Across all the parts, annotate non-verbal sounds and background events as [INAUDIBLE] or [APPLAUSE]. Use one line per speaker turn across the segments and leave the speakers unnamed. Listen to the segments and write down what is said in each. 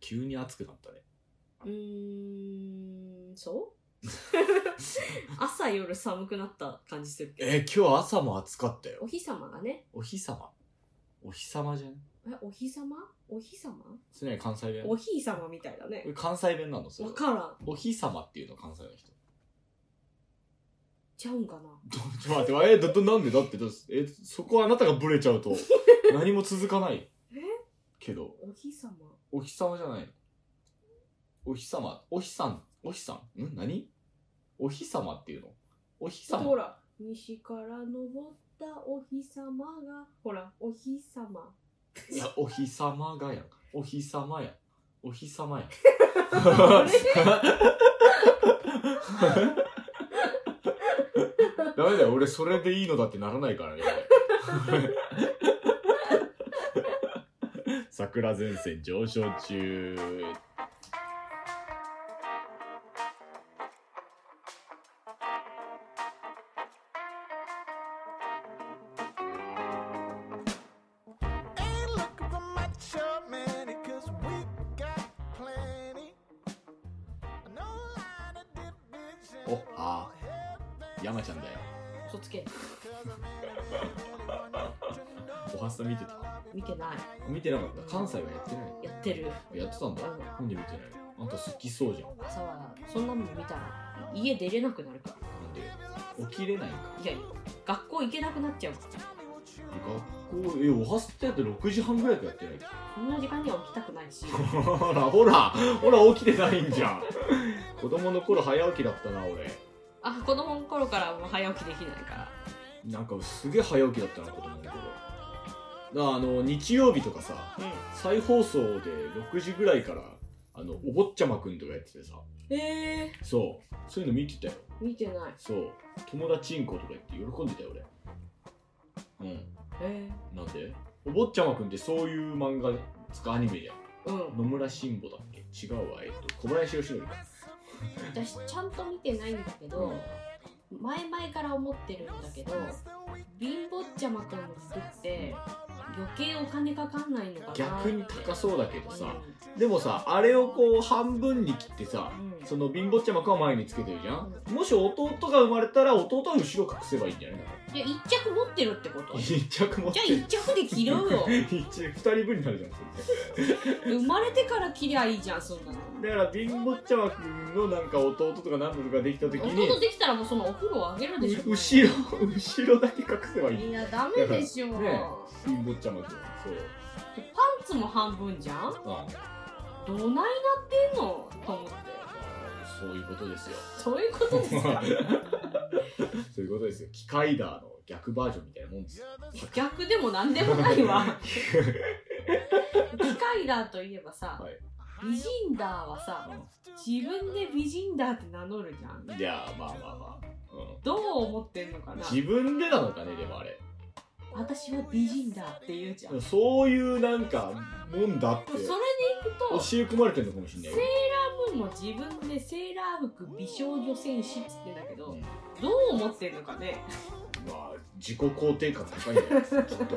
急に暑くなったね。
うーん、そう
[LAUGHS]
朝夜寒くなった感じするけど。
えー、今日朝も暑かったよ。
お日様がね、
お日様。お日様じゃん
えお日様お日様
それね関西弁。
お日様みたいだね
こ。れ関西弁なのそれ
わ。からん。
お日様っていうの関西の人。
ちゃうんかな。
どちょっと待って、えー、だとなんでだってどうす、えー、そこあなたがブレちゃう
[LAUGHS]
と、何も続かない。
え
けど、
お日様
お日様じゃないの。お日様、お日さん、お日さん、ん何お日様っていうのお日様。
ほら、西から昇ったお日様が、ほら、お
[LAUGHS]
日様。
いや、お日様がやん。お日様や。お日様や。 [LAUGHS] ダメだよ、俺それでいいのだってならないからね。 [LAUGHS] 俺桜前線上昇中。
Ain't looking for much of many, cause we got plenty. No line of division.
お、あー、山ちゃんだよ。
嘘つけ。
おはスタ見てた
見てない。
見てなかった関西はやってない
やってる。
やってたんだ。なんで見てないのあんた好きそうじゃん。
朝は、そんなの見たら、家出れなくなるか。
なんで起きれないから
いやいや、学校行けなくなっちゃうから。
ら。学校、え、おはスタやって6時半ぐらいからやってない
そんな時間には起きたくないし。
ほらほらほら起きてないんじゃん子供の頃早起きだったな俺
あ、子供の頃からもう早起きできないから。
なんかすげえ早起きだったな子供の頃だからあの日曜日とかさ
う
再放送で6時ぐらいからあのお坊ちゃまくんとかやっててさ
ん。え
そうそういうの見てたよ
ー、見てない。
そう友達んことか言って喜んでたよ俺う
え
んなんでお坊ちゃまくんってそういう漫画つかアニメじゃん
ー、うん。
野村慎吾だっけ違うわえっと小林よしのりか
私、ちゃんと見てないんだけど、前々から思ってるんだけど貧乏ちゃまくんの服って余計お金かかんないのかなって
逆に高そうだけどさ
う
でもさあれをこう半分に切ってさ
うん
その貧乏ちゃまくんは前につけてるじゃんもし弟が生まれたら弟は後ろ隠せばいいんじゃないの
んいや一着持ってるってことじ
一着持って
ゃあ一着で着ろよ
一着二人分になるじゃんそれ
生まれてから着りゃいいじゃんそんなの
でだから貧乏ちゃまくんのなんか弟とか何度とかできた時に
弟できたらもうそのお風呂をあげるでしょ
う後ろ後ろだけ隠せばいい
いやダメでしょ、
ね貧乏ちゃまくんそう
パンツも半分じゃん
あ
どないなってんのと思って
あそういうことですよ
そういうことです
[LAUGHS]
か
そういうことですよ機械ダーの逆バージョンみたいなもんですよ
逆でも何でもな
[LAUGHS]
いわ機械だといえばさ、
はい
美人だはさ自分で美人だって名乗るじゃん
いやまあまあまあ、うん
どう思ってんのかな
自分でなのかねでもあれ
私は美人だって言うじゃん、そ
そういうなんかもんだって
れでい
教
くとセ
え込まれてるのかもしれないよ
ーラームーンも自分でセーラー服美少女戦士っつってんだけど、
うん
どう思ってんのかね
まあ自己肯定感高いんだよきっと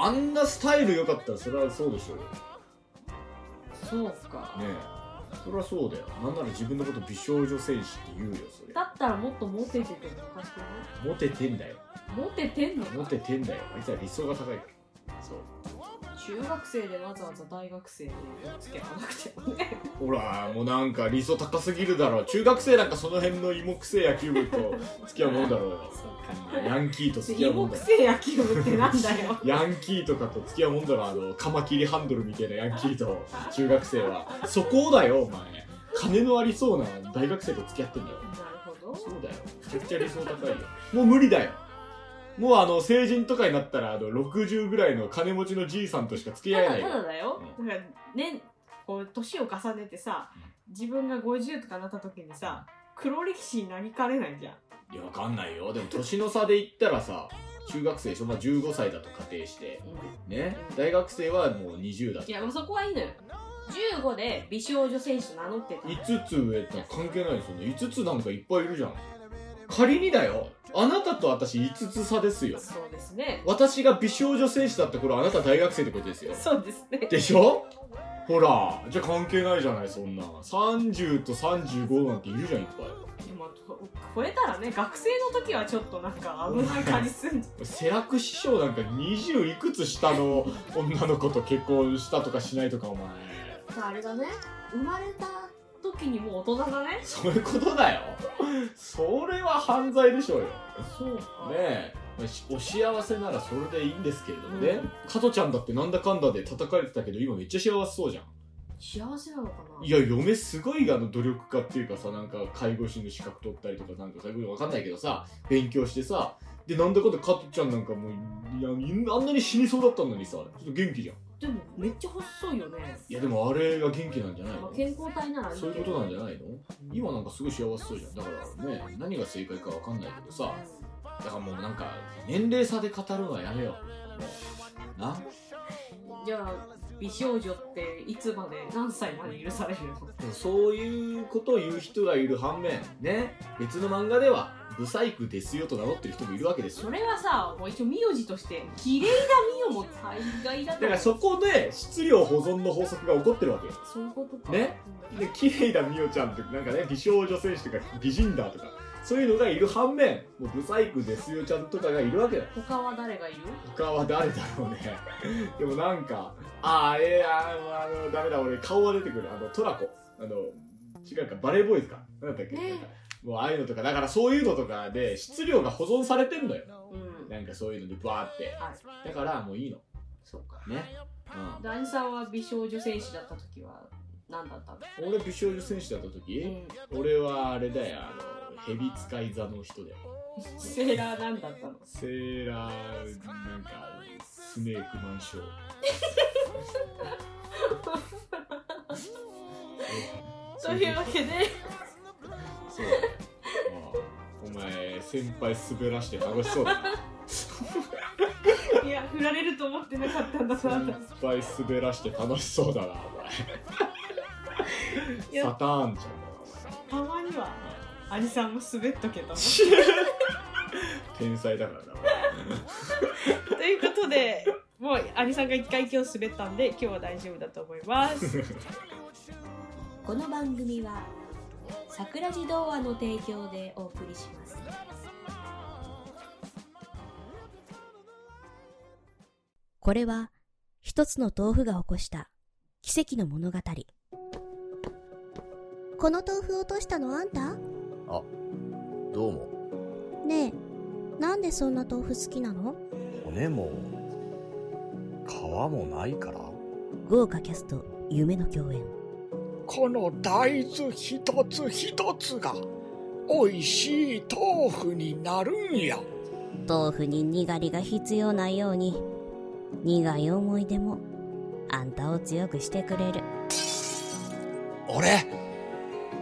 あんなスタイル良かったらそれはそうでしょうよね
そうか、
えそれはそうだよなんなら自分のこと美少女戦士って言うよそれ
だったらもっとモテててもおかしくな
モテてんだよ
いモテてんのか
モテてんだよあいつは理想が高いからそう
中学生でわざわざ大学生につけなくてもね
ほらもうなんか理想高すぎるだろ中学生なんかその辺の芋くせえ野球部と付き合うもんだろうよヤンキーと付き合うも
芋
んだ
く
ろ
せえ野球部ってなんだよ
ヤンキーとかと付き合うもんだろあのカマキリハンドルみたいなヤンキーと [LAUGHS] 中学生はそこだよお前金のありそうな大学生と付き合ってんだよ
なるほど
そうだよめちゃくちゃ理想高いよもう無理だよもうあの成人とかになったらあの60ぐらいの金持ちのじいさんとしか付き合え
た
ない
だ
よ
ただだよ、だからねこう年を重ねてさ自分が50とかなった時にさ黒歴史になりかねないじゃん
いや、わかんないよ。でも、年の差で言ったらさ、中学生でしょ、まあ、15歳だと仮定して、ね、大学生はもう20だと
い。やもうそこはいいのよ15で美少女選手名乗ってた
5つ上ってのは関係ないですよね。5つなんかいっぱいいるじゃん。仮にだよ、あなたと私5つ差ですよ。
そうですね
私が美少女戦士だった頃、あなた大学生ってことですよ。
そうですね
でしょほらじゃあ関係ないじゃないそんな30と35なんているじゃんいっぱい
でもと超えたらね学生の時はちょっとなんか危ない感じすんじ
セラク師匠なんか20いくつ下の女の子と結婚したとかしないとかお前
ゃんあれだね生まれた時にもう大人だね
そういうことだよそれは犯罪でしょうよ
そうか
ねえまあしお幸せならそれでいいんですけれども
う
ね
ん
加トちゃんだってなんだかんだで叩かれてたけど今めっちゃ幸せそうじゃん
幸せなのかない
や嫁すごいあの努力家っていうかさなんか介護士の資格取ったりとかなんかそういうことわかんないけどさ勉強してさでなんだかんだ加トちゃんなんかもういやあんなに死にそうだったのにさちょっと元気じゃん
でもめっちゃ細いよね
いやでもあれが元気なんじゃない
ま
の
あ健康体ならいいけ
そう
ど
いうことなんじゃないの今なんかすごい幸せそうじゃんだからね何が正解かわかんないけどさだからもうなんか年齢差で語るのはやめような
じゃあ美少女っていつまで何歳まで許されるの
でもそういうことを言う人がいる反面ね別の漫画ではブサイクですよと名乗ってる人もいるわけです
そ
よ
れはさもう一応名字として綺麗な名も大概だ
だか
と思う
らそこで質量保存の法則が起こってるわけよ
そういうことか
ねで綺麗なみおちゃんってなんかね美少女選手とか美人だとかそういうのがいる反面もうブサイクですよちゃんとかがいるわけだ
他は誰がいる
他は誰だろうね [LAUGHS] でもなんかあーえー、あーあのダメだ俺顔は出てくるあのトラコあの違うかバレーボーイズかなんだっけ、
ね
なんかもうああいうのとかだからそういうのとかで質量が保存されてんのよ
うん
なんかそういうのでバーって
はい
だからもういいの
そうか
ね、
ダンさんは美少女戦士だった時は何だったの、
うん、俺美少女選手だった
う
時、
ん、
俺はあれだよあの蛇使い座の人だよ
セーラー何だったの
セーラーなんかスネークマンショー
というわけで
そう。ああお前、先輩滑らして楽しそうだな。
いや振られると思ってなかったんだな
先輩滑らして楽しそうだな、お
い
前。
や
サターンちゃん
たまにはアリさんも滑っとけと思う
だな。天才だからな。
ということでもうアリさんが一回今日滑ったんで今日は大丈夫だと思います
この番組は桜地童話の提供でお送りしますこれは一つの豆腐が起こした奇跡の物語この豆腐落としたのあんた
どうも。
ねえなんでそんな豆腐好きなの
骨も、皮もないから。
豪華キャスト夢の共演
この大豆一つ一つが、美味しい豆腐になるんや。
豆腐ににがりが必要ないように苦い思い出もあんたを強くしてくれる
俺、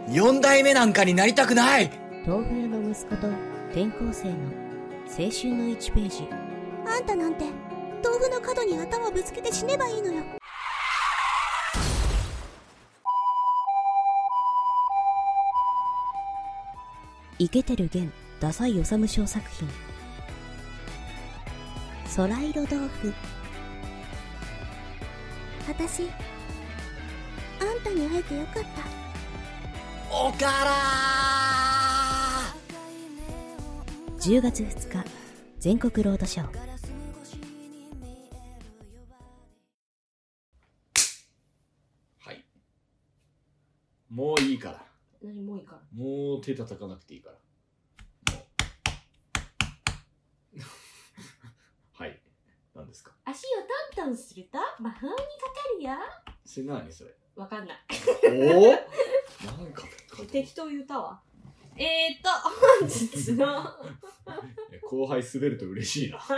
四代目なんかになりたくない
豆腐屋の息子と転校生の青春の1ページあんたなんて豆腐の角に頭ぶつけて死ねばいいのよイケてる弦ダサいおさむ賞作品空色豆腐私あんたに会えてよかった
Oh,
おから
10月2日全国ロードショー
はい。もういいから。
何もういいから
もう手叩かなくていいから。もうはい。何ですか
足をトントンすると魔法にかか
それ何それ。
るよわかんない
おおなんか、
適当言うたわえー、っと本日の
後輩滑ると嬉しいな。
本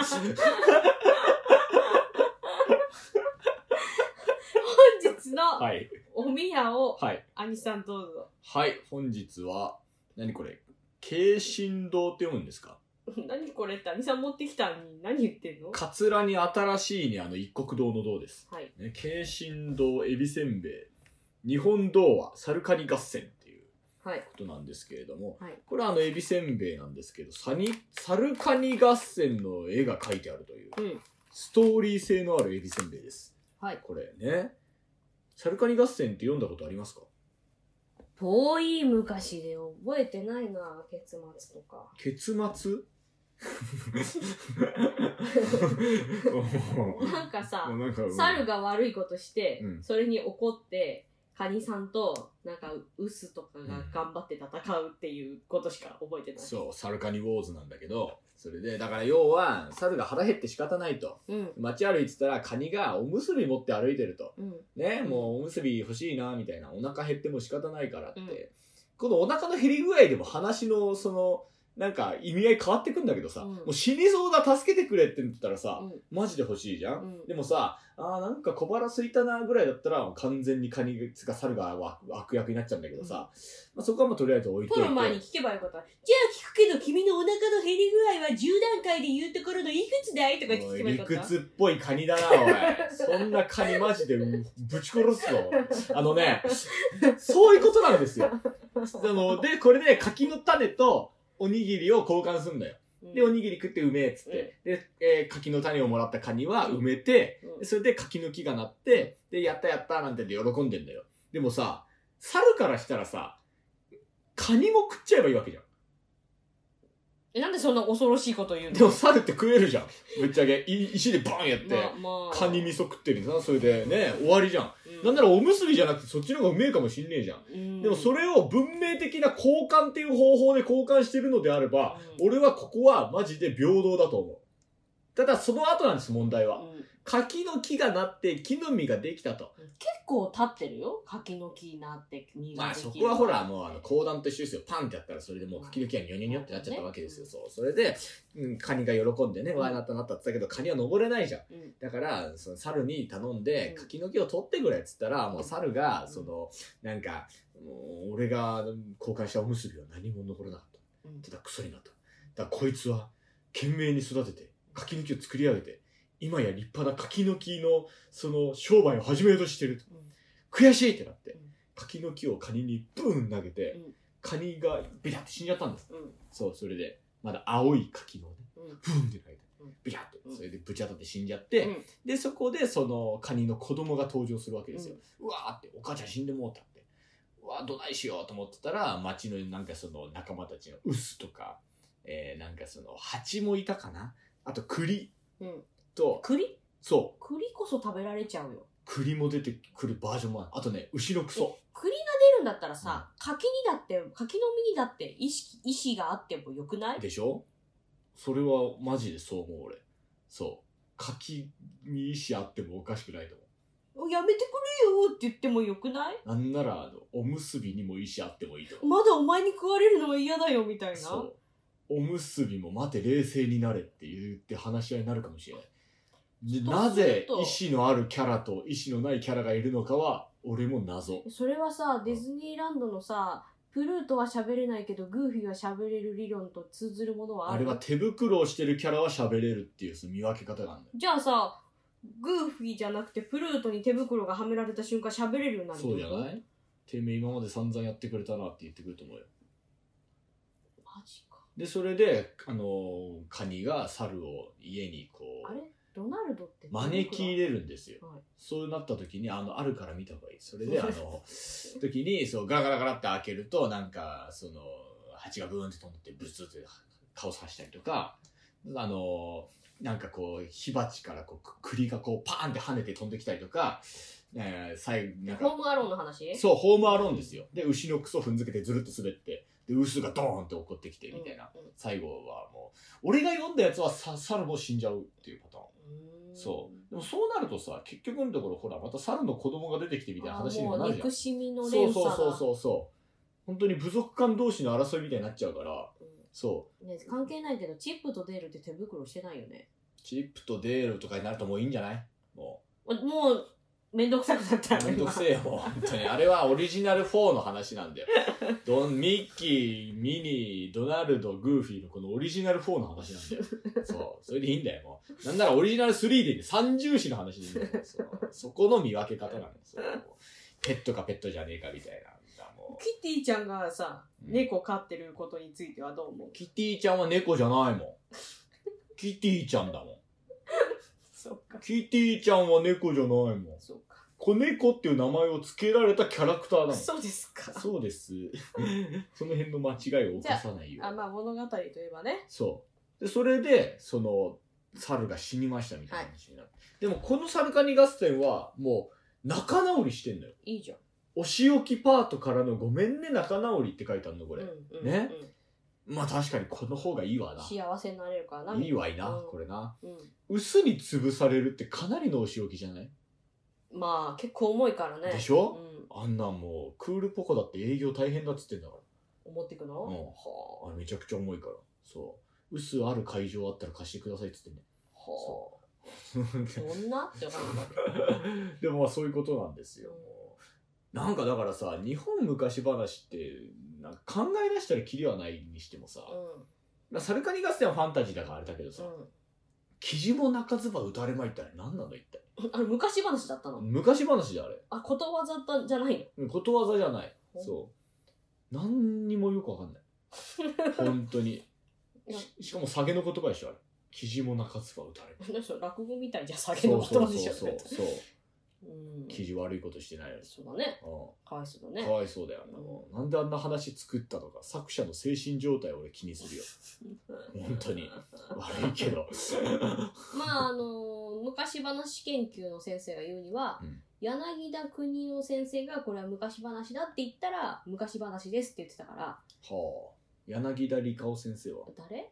日の
はい。
おみやを
はい。
アニさんどうぞ
はい、本日は、何これ、慶心堂って読むんですか
何これってアニさん持ってきたのに何言ってんの
カツラに新しいにあの一国堂の堂です。
はい
ね、慶心堂エビせんべい、日本童話、サルカニ合戦っていう
はい
ことなんですけれども、
はい
これはあのエビせんべいなんですけど、サニ、サルカニ合戦の絵が描いてあるという、
うん
ストーリー性のあるエビせんべいです。
はい
これね。サルカニ合戦って読んだことありますか
遠い昔で覚えてないな結末とか
結末 [LAUGHS] [LAUGHS]
なんかさ
なんか
猿が悪いことして、
うん
それに怒ってカニさんとなんかウスとかが頑張って戦うっていうことしか覚えてない、
そう、サルカニウォーズなんだけど、それで、だから要は、猿が腹減って仕方ないと。
うん
街歩いてたら、カニがおむすび持って歩いてると。
うん
ね、もうおむすび欲しいな、みたいな。お腹減っても仕方ないからって。このお腹の減り具合でも話の、その、なんか意味合い変わってくんだけどさ、
うん
もう死にそうだ、助けてくれって言ったらさ、
うん
マジで欲しいじゃん、
うん
でもさ、あーなんか小腹空いたなぐらいだったら、完全にカニが猿が悪悪役になっちゃうんだけどさ、まあ、そこはもうとりあえず置いとい
取
て。
る前に聞けばよかった。じゃあ聞くけど、君のお腹の減り具合は10段階で言うところのいくつだいとか聞
お
け
い
ばよ
理
かった。
屈っぽいカニだな、おい。そんなカニマジでぶち殺すぞ。あのね、そういうことなんですよ。
[LAUGHS]
あので、これで柿の種とおにぎりを交換するんだよ。
うん
で、おにぎり食ってうめえっつって。で、えー柿の種をもらったカニは埋めて、
うん
それで柿の木がなって、で、やったやったなんてで喜んでんだよ。でもさ、猿からしたらさ、カニも食っちゃえばいいわけじゃん。
えなんでそんな恐ろしいこと言うの
でも猿って食えるじゃん。ぶっちゃけ、い石でバンやって。
まあまあ、
カニ味噌食ってるさそれでね終わりじゃん、
うん
なんならおむすびじゃなくてそっちの方がうめえかもしんねえじゃん、
うん
でもそれを文明的な交換っていう方法で交換してるのであれば、
うん
俺はここはマジで平等だと思うただその後なんです問題は、
うん
柿の木がなって木の実ができたと
結構立ってるよ。柿の木になって、実が
まあ
できる
そこはほらもうあの講談と一緒ですよパンってやったらそれでもう柿の木がニョニョニョってなっちゃったわけですよそうそれで、うん、カニが喜んでねわーなったなったって言ったけどカニは登れないじゃん
うん
だから、その猿に頼んで、
うん
柿の木を取ってくれっつったら、もう猿が、
うん
その、なんか、もう俺が交換したおむすびは何も残らなかった。
うん
ただクソになった。だからこいつは、懸命に育てて、柿の木を作り上げて、今や立派な柿の木の、その、商売を始めようとしてると。
うん
悔しいってなって
うん、
柿の木をカニにブーン投げて
うん、
カニがビラって死んじゃったんです。
うん
そう、それで、まだ青い柿のね、
うん
ブーンって投げて
うん、
ビラって
う、ん
それでぶち当たって死んじゃって、
うん
で、そこでそのカニの子供が登場するわけですよ。うわーって、お母ちゃん死んでもうたって。うわー、どないしようと思ってたら、町のなんかその仲間たちのウスとか、えー、なんかその蜂もいたかなあと栗
うん
と、
栗
そう、
栗こそ食べられちゃうよ。
栗も出てくるバージョンもある。あとね、牛のクソ。
栗が出るんだったらさ、柿にだって、柿の実にだって意識、意思があってもよくない
でしょそれはマジでそう思う俺。そう。柿に意志あってもおかしくないと思う。
おやめてくれよって言ってもよくない
なんなら、あの、おむすびにも意志あってもいいと思う。
まだお前に食われるのは嫌だよみたいな。
そう。おむすびも待て冷静になれって言って話し合いになるかもしれない。で
そうすると
なぜ意志のあるキャラと意志のないキャラがいるのかは俺も謎。
それはさディズニーランドのさプルートは喋れないけどグーフィーは喋れる理論と通ずるものはあ
あ
る
れは手袋をしてるキャラは喋れるっていうその見分け方があるんだよ。
じゃあさグーフィーじゃなくてプルートに手袋がはめられた瞬間喋れるようになるって
そ
こ
う
と
じゃないてめえ今まで散々やってくれたなって言ってくると思うよ。
マジか
で、それで、あのーカニが猿を家にこ
あ
う
れ、ドナルドって
招き入
れ
れるんですよ。
はい
そうなった時に、あの、あるから見た方がいい。それ
[LAUGHS]
で、あの、時に、そう、ガラガラガラって開けると、なんか、その、蜂がブーンって飛んでって、ブツって顔刺したりとか、あの、なんかこう、火鉢からこう、く栗がこう、パーンって跳ねて飛んできたりとか、えー、最後、なん
ホー
か、
ムアローンの話
そう、ホームアローンですよ。で、牛のクソ踏んづけてずるっと滑って、で、ウスがドーンって怒ってきて、みたいな。
うん
最後はもう、俺が読んだやつはさ、猿も死んじゃうっていうパターン。
うん
そう。でもそうなるとさ、結局のところ、ほら、また猿の子供が出てきてみたいな
あ
話に
も
もな
う
るじゃん。
憎しみの
そ
連
うそ
鎖
う
が
そうそうそう。本当に部族間同士の争いみたいになっちゃうから、そう。
うんね、関係ないけどチップとデールって手袋してないよね
チップとデールとかになるともういいんじゃないも
もうめんどくさくなった
う。めんどくせえよ、もう。本当に。あれはオリジナル4の話なんだよ。ドン、ミッキー、ミニー、ドナルド、グーフィーのこのオリジナル4の話なんだよ。そう。それでいいんだよ、もう。なんならオリジナル3でいいんだよ。三重視の話でいいんだよ。そうそこの見分け方なんですよ。ペットかペットじゃねえかみたいな。もう
[LAUGHS] キティちゃんがさ、
うん
猫飼ってることについてはどう思う
キティちゃんは猫じゃないもん。キティちゃんだもん。
そうか。
キティちゃんは猫じゃないもん。
そうか。
子猫っていう名前を付けられたキャラクターなの。
そうですか
そう
[LAUGHS]
です。その辺の間違いを犯さないよう
あまあ物語といえばね
そう。で、それで、その、猿が死にましたみたいな話になって。でも、このサルカニ合戦は、もう、仲直りしてんのよ。
いいじゃん
お仕置きパートからのごめんね仲直りって書いてあるの、これ。
うんうん
ねまあ確かにこの方がいいわ
うん
な。
幸せになれるからない
いわいな、
うん
これな。
うん
薄に潰されるってかなりのお仕置きじゃない、
まあ結構重いからね
でしょ
うん
あんなんもう、クールポコだって営業大変だっつってんだから。
思ってくの
うん
は
あめちゃくちゃ重いから。そう。薄ある会場あったら貸してくださいっつってんだよ
あはあ
そう
どんなって思う
でもまあそういうことなんですよ。なんかだからさ、日本昔話って、なんか考え出したらキリはないにしてもさ、まあサルカニ合戦はファンタジーだからあれだけどさ、
う
キジも中唾打たれまいったら何なの一体。
んうんあれ昔話だったの
昔話であれ。
あことわざだったんじゃないの [LAUGHS]
ことわざじゃない。
ほん
そう。何にもよくわかんない。本当に。
いや
ししかも下げの言葉でしょ、あれ。キジも中唾打たれまい
何でしょ落語みたいじゃん酒
そ
の
う
こと
そ
な
うん
でし
そ
ょ
うそう。そう
うん
キジ悪いことしてないのに。
そうだね
うん
かわいそうだ
か
ね
わいそうだよ、あんなもんなんであんな話作ったのか作者の精神状態を俺気にするよ
[LAUGHS]
本当に悪いけど
まああのー昔話研究の先生が言うには、
うん
柳田国の先生がこれは昔話だって言ったら昔話ですって言ってたから
はあ柳田理香夫先生は
誰へ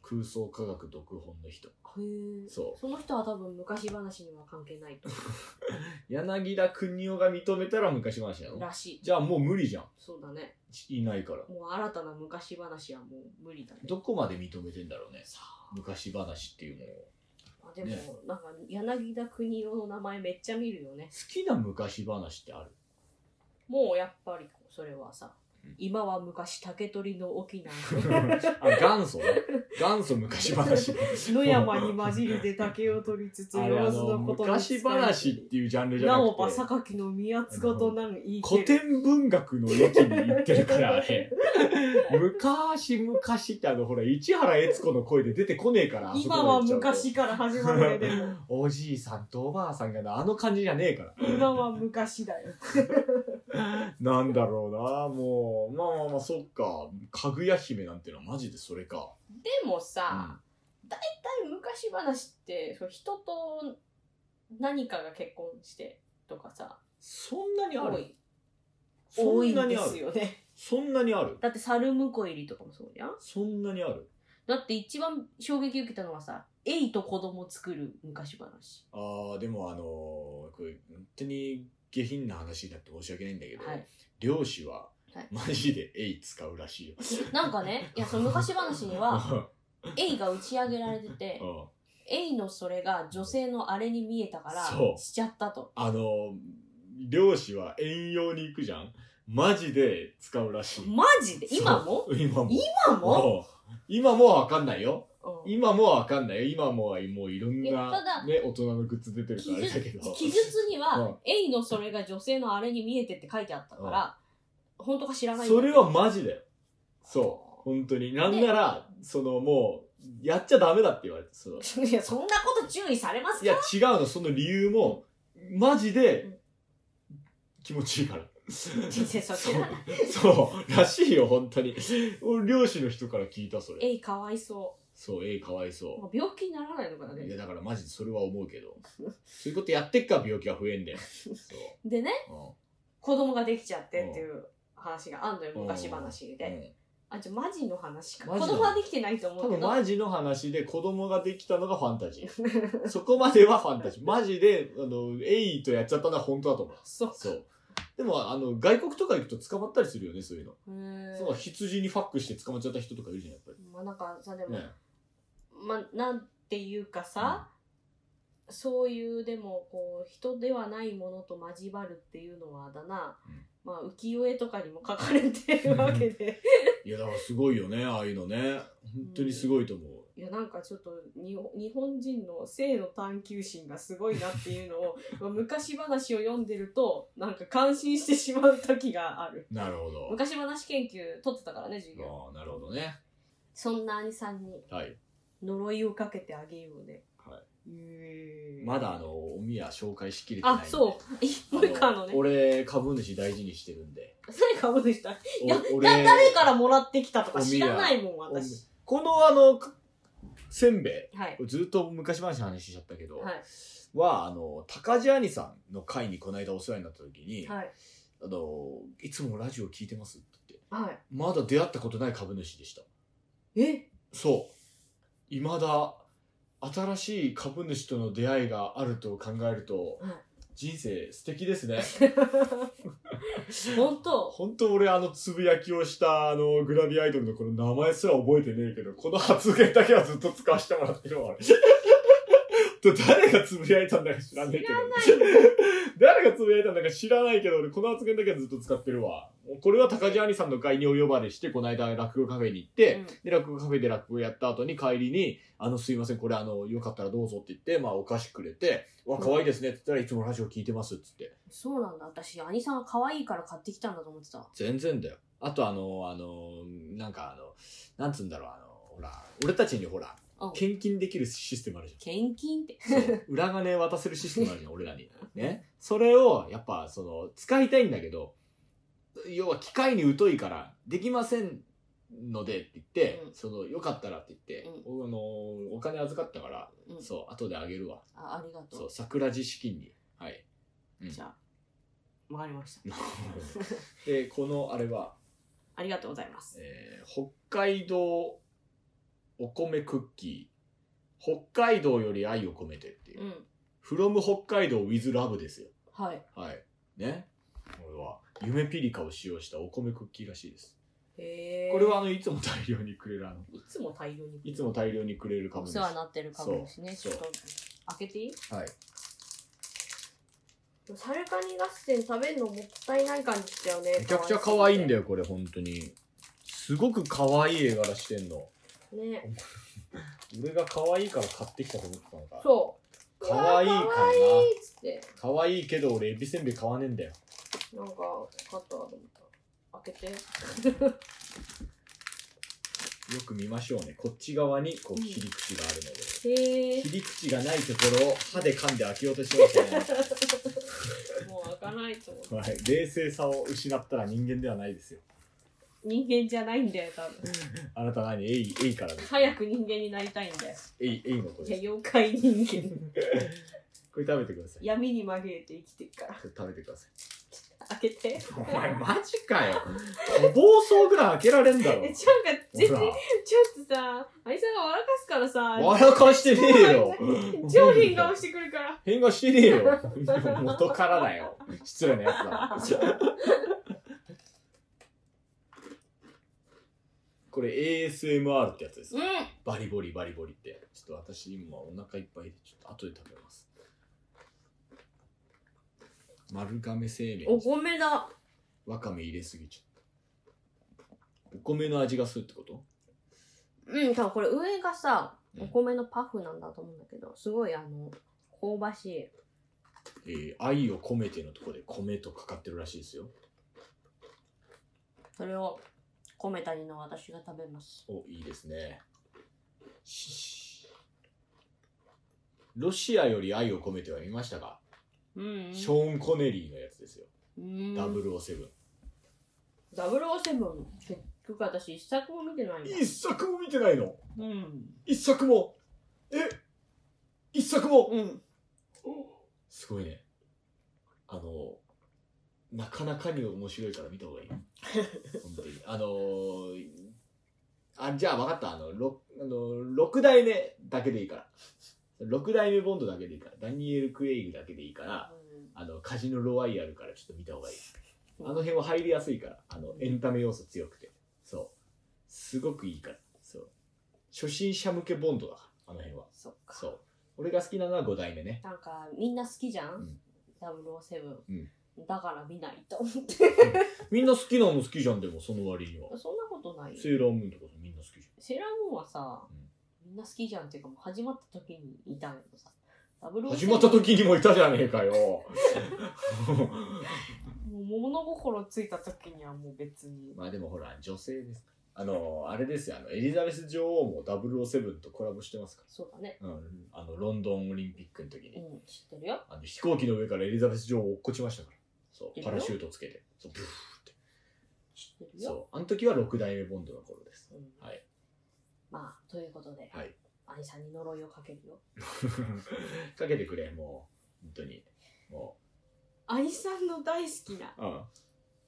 空想科学読本の人
え
そ
その人は多分昔話には関係ないと
う柳田邦夫が認めたら昔話なの
らしい
じゃあもう無理じゃん
そうだね
いないから
もう新たな昔話はもう無理だね
どこまで認めてんだろうね
さ
昔話っていうのを
あでも、
ね
なんか柳田国男の名前めっちゃ見るよね
好きな昔話ってあ
[LAUGHS]
る
もうやっぱりそれはさ、
うん
今は昔竹取の沖縄
あ元祖ね元祖昔
[LAUGHS]
話
野山に混じりで竹を取りつつ
あれあ
様子
の
のことに使
昔
い
話っていうジャンルじゃな
な
くて
おば榊の宮津ごとなん言い
古
ける
典文学の域に行ってるから、あ
[LAUGHS]
れ。昔昔ってあの、ほら、市原悦子の声で出てこねえから、あそこ
今
ま
は
で行っちゃうと
昔から始まるよ [LAUGHS] でも
おじいさんとおばあさんがな、あの感じじゃねえから。
今は昔だよ
なんだろうな、もう。まあまあまあ、そっか。かぐや姫なんてのはマジでそれか。
でもさ、大体昔話ってそう人と何かが結婚してとかさ
そんなにあ
多
る
い
そ
多い
んなん
で
にあ
す
る
よね
そんなにある
だって猿婿入りとかもそうじゃん
そんなにある
だって一番衝撃受けたのはさ「エイと子供作る昔話
ああ、でもあのーこれ、本当に下品な話になって申し訳ないんだけ」ど、
はい
漁師は
はい、
マジでエイ使うらしいよ。
なんか [LAUGHS] ねいやその昔話にはエイが打ち上げられてて
[LAUGHS] うん
エイのそれが女性のあれに見えたから
そう
しちゃったと
あの、漁師は遠洋に行くじゃんマジで使うらしい。
マジで今
そ
も
う今も。
今も、
うん今もはわかんないよ。
うん
今もはわかんないよ。今もはもういろん
いやた
な、
だ
ね、大人のグッズ出てるからあれだけど。
記述に
うん
は「エイのそれが女性のあれに見えて」って書いてあったから本当か知らないんだ
そ
け
れ
ど
はマジだよ。そう。本当に。なんなら、そのもう、やっちゃダメだって言われて、その
[LAUGHS] いやそんなこと注意されます
いや
か、
違うの、その理由も、マジ
う
で
ん、
気持ちいいから。
人生そ
そう
ちらない
そう、らしいよ、本当に。俺、漁師の人から聞いた、それ。
エイかわいそ
そう、ええ、かわいうそ
もう病気にならないのかな
う。い
ね
や、だからマジでそれは思うけど。そういうことやってっから病気は増えんだよ。そう。
でね
うん
子供ができちゃってっていう話があんのよ
うん
昔話で、あじゃあマジの話か
マ
子
ジの
供はできてないと
うん
思
多
うけ
分
ど
マジの話で子供ができたのがファンタジ
[LAUGHS]
ー。そこまではファンタジー。マジで、あの、エイとやっちゃったのは本当だと思う。
そう
そう。でも、あの、外国とか行くと捕まったりするよね、そういうの。
へー
そう、羊にファックして捕まっちゃった人とかいるじゃん、やっぱ
まあなんかさで
り。
も、
ね。
まあなんていうかさ、そういうでもこう人ではないものと交わるっていうのはだな、
うん
まあ浮世絵とかにも書かれてるわけで
いや、だからすごいよね、ああいうのね。本当にすごいと思う。
[LAUGHS] いやなんかちょっとに日本人の性の探求心がすごいなっていうのをまあ昔話を読んでるとなんか感心してしまう時がある
なるほど。
昔話研究取ってたからね授業
ああ、なるほどね。
そんな兄さんに
はい。
呪いをかけてあげようね、
はまだあのおみや紹介しきれてないん
あ
で
そう [LAUGHS] 一本かのね
俺株主大事にしてるんで
誰かぶでした
お
いや
俺
だ誰からもらってきたとか知らないもん
おみ
私
このあのくせんべ
はい
いずっと昔話の話しちゃったけど、
はい
はあの高地兄さんの会にこの間お世話になった時に「
はい
あのいつもラジオ聞いてます」って言って
は
まだ出会ったことない株主でした
いえ
そういまだ新しい株主との出会いがあると考えると、
はい
人生素敵ですね
本
[LAUGHS]
当
本当俺あのつぶやきをしたあのグラビアアイドルのこの名前すら覚えてねえけどこの発言だけはずっと使わせてもらって [LAUGHS] るわ俺誰がつぶやいたんだか知らねえけど [LAUGHS] 誰がつぶやいたんだか知らないけど俺この発言だけはずっと使ってるわもうこれは高地兄さんの会にお呼ばれしてこの間落語カフェに行って、
うん
で落語カフェで落語やった後に帰りに「あのすいませんこれあのよかったらどうぞ」って言って、まあ、お菓子くれて「わ可愛いですね」って言ったら「いつもラジオ聞いてます」っつって
そうなんだ私兄さんが可愛いから買ってきたんだと思ってた
全然だよあとあのあのなんかあのなんつうんだろうあのほら俺たちにほら
うん
献金できるシステムあるじゃん
献金って [LAUGHS]
そう裏金渡せるシステムあるじゃん俺らにねそれをやっぱその使いたいんだけど要は機械に疎いからできませんのでって言って、
うん
そのよかったらって言って、おあのお金預かったから、
うん
そう後であげるわ
あありがと
そうう桜地資金にはい
[LAUGHS]
うん
じゃあわかりました
でこのあれは、
ありがとうございます
えー北海道お米クッキー北海道より愛を込めてっていうう、
ん
from 北海道 with love ですよ
はい
はい。ね。これは、夢ピリカを使用したお米クッキーらしいです。
へえ
これは、あの、いつも大量にくれる、あの、
いつも大量に
いつも大量にくれる
お
株主。
世話になってる株ですねち
そ
ょ
う
っと開けていい
はい。
サルカニ合戦食べるのもったいない感じだよね
めちゃくちゃ可愛いんだ
よ
よ、これ、本当に。すごく可愛い絵柄してんの。
ね
俺が可愛いから買ってきたと思ってたのか。
そう
可愛いから
うわ
な
可愛いっつって
可愛いけど、俺、エビせんべい買わねえんだよ。
なんか買ったと思った開けて
よく見ましょうね。こっち側に、こう、切り口があるので。
へえ
切り口がないところを歯で噛んで開けようとしますね。
[LAUGHS] もう開かないと思う
はい。冷静さを失ったら人間ではないですよ。
人間じゃないんだよ多分
あなた何エイ、エイからです。
早く人間になりたいんだよ
エイ、エイの子
い
で
や
す。
妖怪人間
[LAUGHS] これ食べてください。
闇に紛れて生きてるから
ちょっと食べてください。
開けて
お前マジかよ。都道層ぐらい開けられんだろ
え。ちょなんか全然ちょ
ほ
っとさ兄さんが笑かすからさ
ら。笑かしてねえ
[LAUGHS]
よ。
超変顔してくるから
変顔してねえよ。元からだよ。失礼なやつだな。これ ASMR ってやつです
う。ん
バリボリバリボリって。ちょっと私今お腹いっぱいで、ちょっと後で食べます。丸亀製麺。
お米だ
わかめ入れすぎちゃったお米の味がするってこと
うん多分これ上がさ
うん
お米のパフなんだと思うんだけどすごいあの香ばしい
えー、愛を込めてのとこで米とかかってるらしいですよ
それを米谷の私が食べます
おいいですねししロシアより愛を込めては見ましたか、
うん
ショーン・コネリーのやつですよ、
うん
007
007結局私一作も見てないんだ
一作も見てないの
うん
一作もえ一作も
うん
すごいねあのなかなかに面白いから見た方がいい本当にあのーあじゃあ分かったあのろあの6代目だけでいいから6代目ボンドだけでいいからダニエル・クエイグだけでいいからあのカジノ・ロワイヤルからちょっと見た方がいいあの辺は入りやすいからあのエンタメ要素強くてそうすごくいいからそう初心者向けボンドだからあの辺は
そっか
そう俺が好きなのは5代目ね
なんかみんな好きじゃん、
ん
007、
うん
だから見ないと思って [LAUGHS]
みんな好きなの好きじゃんでもその割には
そんなことない
セーラームーンとかみんな好きじ
セーラームーンはさ、みんな好きじゃんっていうかもう始まった時にいたんだけどさ
ゃん
007
始まった時にもいたじゃねえかよ
もう物心ついた時にはもう別に
まあでもほら女性ですかあのあれですよあのエリザベス女王も007とコラボしてますか
そうだね。
ら、うん、あのロンドンオリンピックの時に、
うん、知ってるよ。
あの飛行機の上からエリザベス女王を落っこちましたからそう
いる
パ
よ
ラシュートつけてそうブーって
知ってるよ。
そうあの時は6代目ボンドの頃です
うん、
はい
まあ、ということで、 [LAUGHS]
はい
愛さんに呪いをかけるよ。
かけてくれもう本当にも
愛さんの大好きな
う、うん、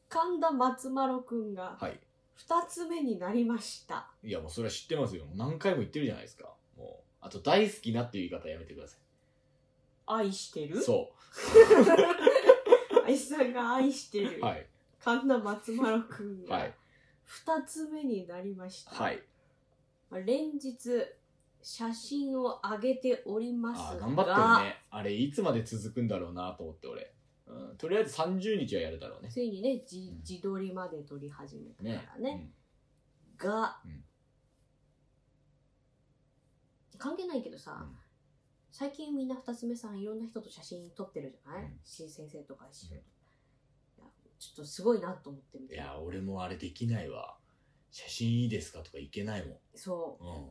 神田松丸くんが
はい
二つ目になりました。
いやもうそれは知ってますよもう何回も言ってるじゃないですかもうあと大好きなっていう言い方やめてくださ
愛して
い
る
そ
愛さんが愛してる。
うはい
神田松丸くん
は
が
い
二つ目になりました。
はい
まあ連日写真を上げております
あ
が
ー頑張ってるねあれいつまで続くんだろうなと思って俺、うん、とりあえず30日はやるだろうね
ついにねじ
うん
自撮りまで撮り始めた
ね
からねが、
うん
関係ないけどさ、
うん
最近みんな二つ目さんいろんな人と写真撮ってるじゃない、
うん
新先生とか一緒
うん
に、いやちょっとすごいなと思ってみ
うんい
て
や俺もあれできないわ写真いいですかとかいけないもん
そ
うん
う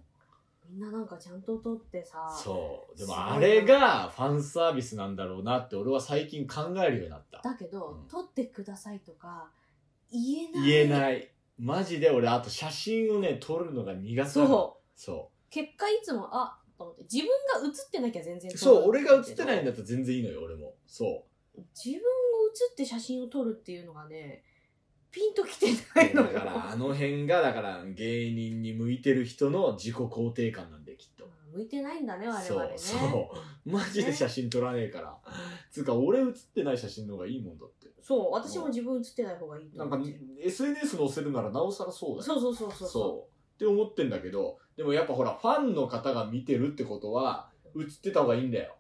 みんななんかちゃんと撮ってさ
そうで
そう
もあれがファンサービスなんだろうなって俺は最近考えるようになった
だけど、
うん
撮ってくださいとか言えない
言え
い
ないマジで俺あと写真をね撮るのが苦手なの
そう
そ
結果いつもあと思って自分が映ってなきゃ全然
う
撮
そう
る
俺が写ってないんだ
け
ったら全然いいのよ俺もそ [LAUGHS]
ど自分が映って写真を撮るっていうのがねピンときてな
う
いの
だ
よ
からあの辺がだから芸人に向いてる人の自己肯定感なんできっと
向いてないんだね我
そ
々
う
ね
そうマジで写真撮らねえからつうか俺写ってない写真の方がいいもんだって
そう私も自分映ってない方がいいと
なんか
思ってる
SNS 載せるならなおさらそうだよ
そうそうそうそう
そうって思ってんだけどでもやっぱほらファンの方が見てるってことは映ってた方がいいんだよ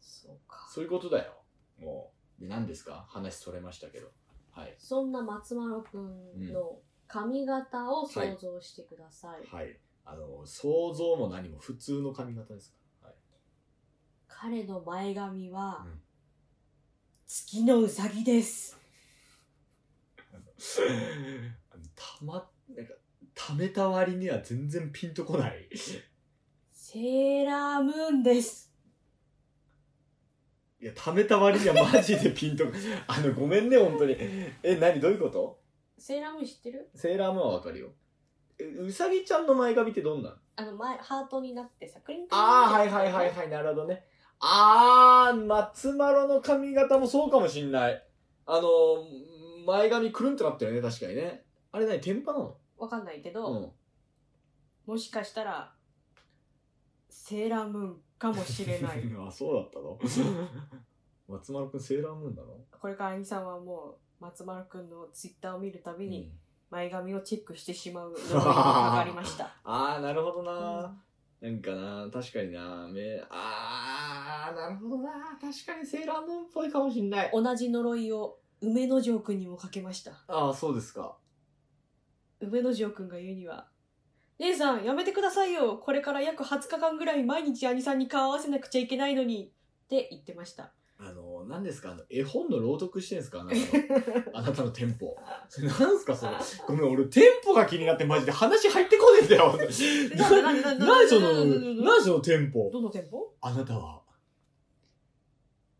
そうか
そういうことだよもうで何ですか話それましたけどはい
そんな松丸くんの髪型を想像してください、
はいあの想像も何も普通の髪型ですか、はい、
彼の前髪は、
うん
月のうさぎです
あのたまなんかためた割には全然ピンとこない
セーラームーンです
いやためた割にはマジでピンとこあのごめんね本当にえ何どういうこと
セーラームーン知ってる
セーラームーンはわかるよえうさぎちゃんの前髪ってどんなん
あの前ハートになってさクリンクリン
ああ、はいはいはいはい、なるほどね。ああ、松丸の髪型もそうかもしんない。あのー、前髪くるんとなってるね、確かにね。あれ何、天パなの
わかんないけど、
うん。
もしかしたらセーラームーンかもしれない
あ、そうだったの松丸くんセーラームーンなの
これから兄さんはもう松丸くんのツイッターを見るたび
う
に
ん
前髪をチェックしてしまう呪いがかかりました、
ああ、なるほど
う
な、
ん
なんかな、確かにな、め、ああ、なるほどな。確かにセーラームーンっぽいかもしんない。
同じ呪いを梅之丞くんにもかけました
ああ、そうですか。
梅之丞くんが言うには姉さんやめてくださいよこれから約20日間ぐらい毎日兄さんに顔合わせなくちゃいけないのにって言ってました
あの、何ですかあの、絵本の朗読してんですかあなたの、あなたのテンポ。それ何すかそれ。ごめん、俺テンポが気になってマジで話入ってこねえんだよ。な、
何何
何その、何そのテンポ。
どの店舗
あなたは、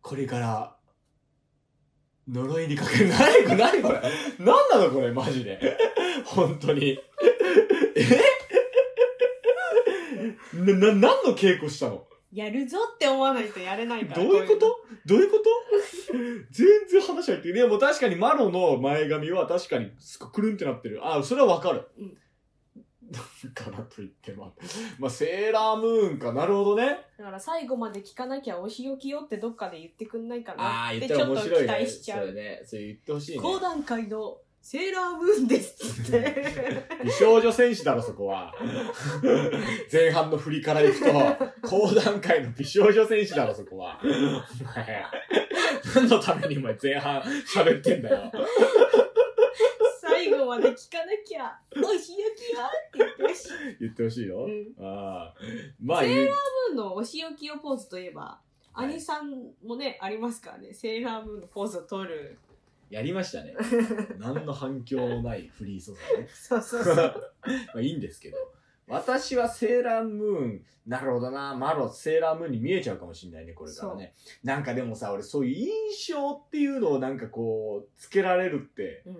これから、呪いにかける。何これ何これ何なのこれマジで。 [LAUGHS] 本当に。え [LAUGHS] な、な、何の稽古したの
やるぞって思わないとやれないから
どういうことどういうこと全然話入ってね、もう確かにマロの前髪は確かにすっごいくるんってなってる。あ、それはわかる。 [LAUGHS]
うん
だからといってまあ、まあ、セーラームーンか。なるほどね。
だから最後まで聞かなきゃお仕置きよってどっかで言ってくんないか
あ
な
あ、
っ
言
て
っ
ち
たら
ょ
面
っと
白い
期
ね。
待しちゃ、
そうれね。それ言ってほしいね。
高段階のセーラームーンですって
美少女戦士だろ、そこは。 [LAUGHS] 前半の振りから
[LAUGHS]
行くと、高段階の美少女戦士だろ、そこは。お前何のためにお前前半喋ってんだよ。
最後まで聞かなきゃお仕置きよって言ってほしい、
[LAUGHS] 言ってほしいよ。
うん
ああ。まあ、言う
ムーンのお仕置きよポーズといえば、
はい
兄さんもねありますからねセーラームーンのポーズを取る
やりましたね何の反響もないフリー素材ね
そうそうそう
まあいいんですけど私はセーラームーンなるほどなマロセーラームーンに見えちゃうかもしれないねこれからねなんかでもさ俺そういう印象っていうのをなんかこうつけられるって
う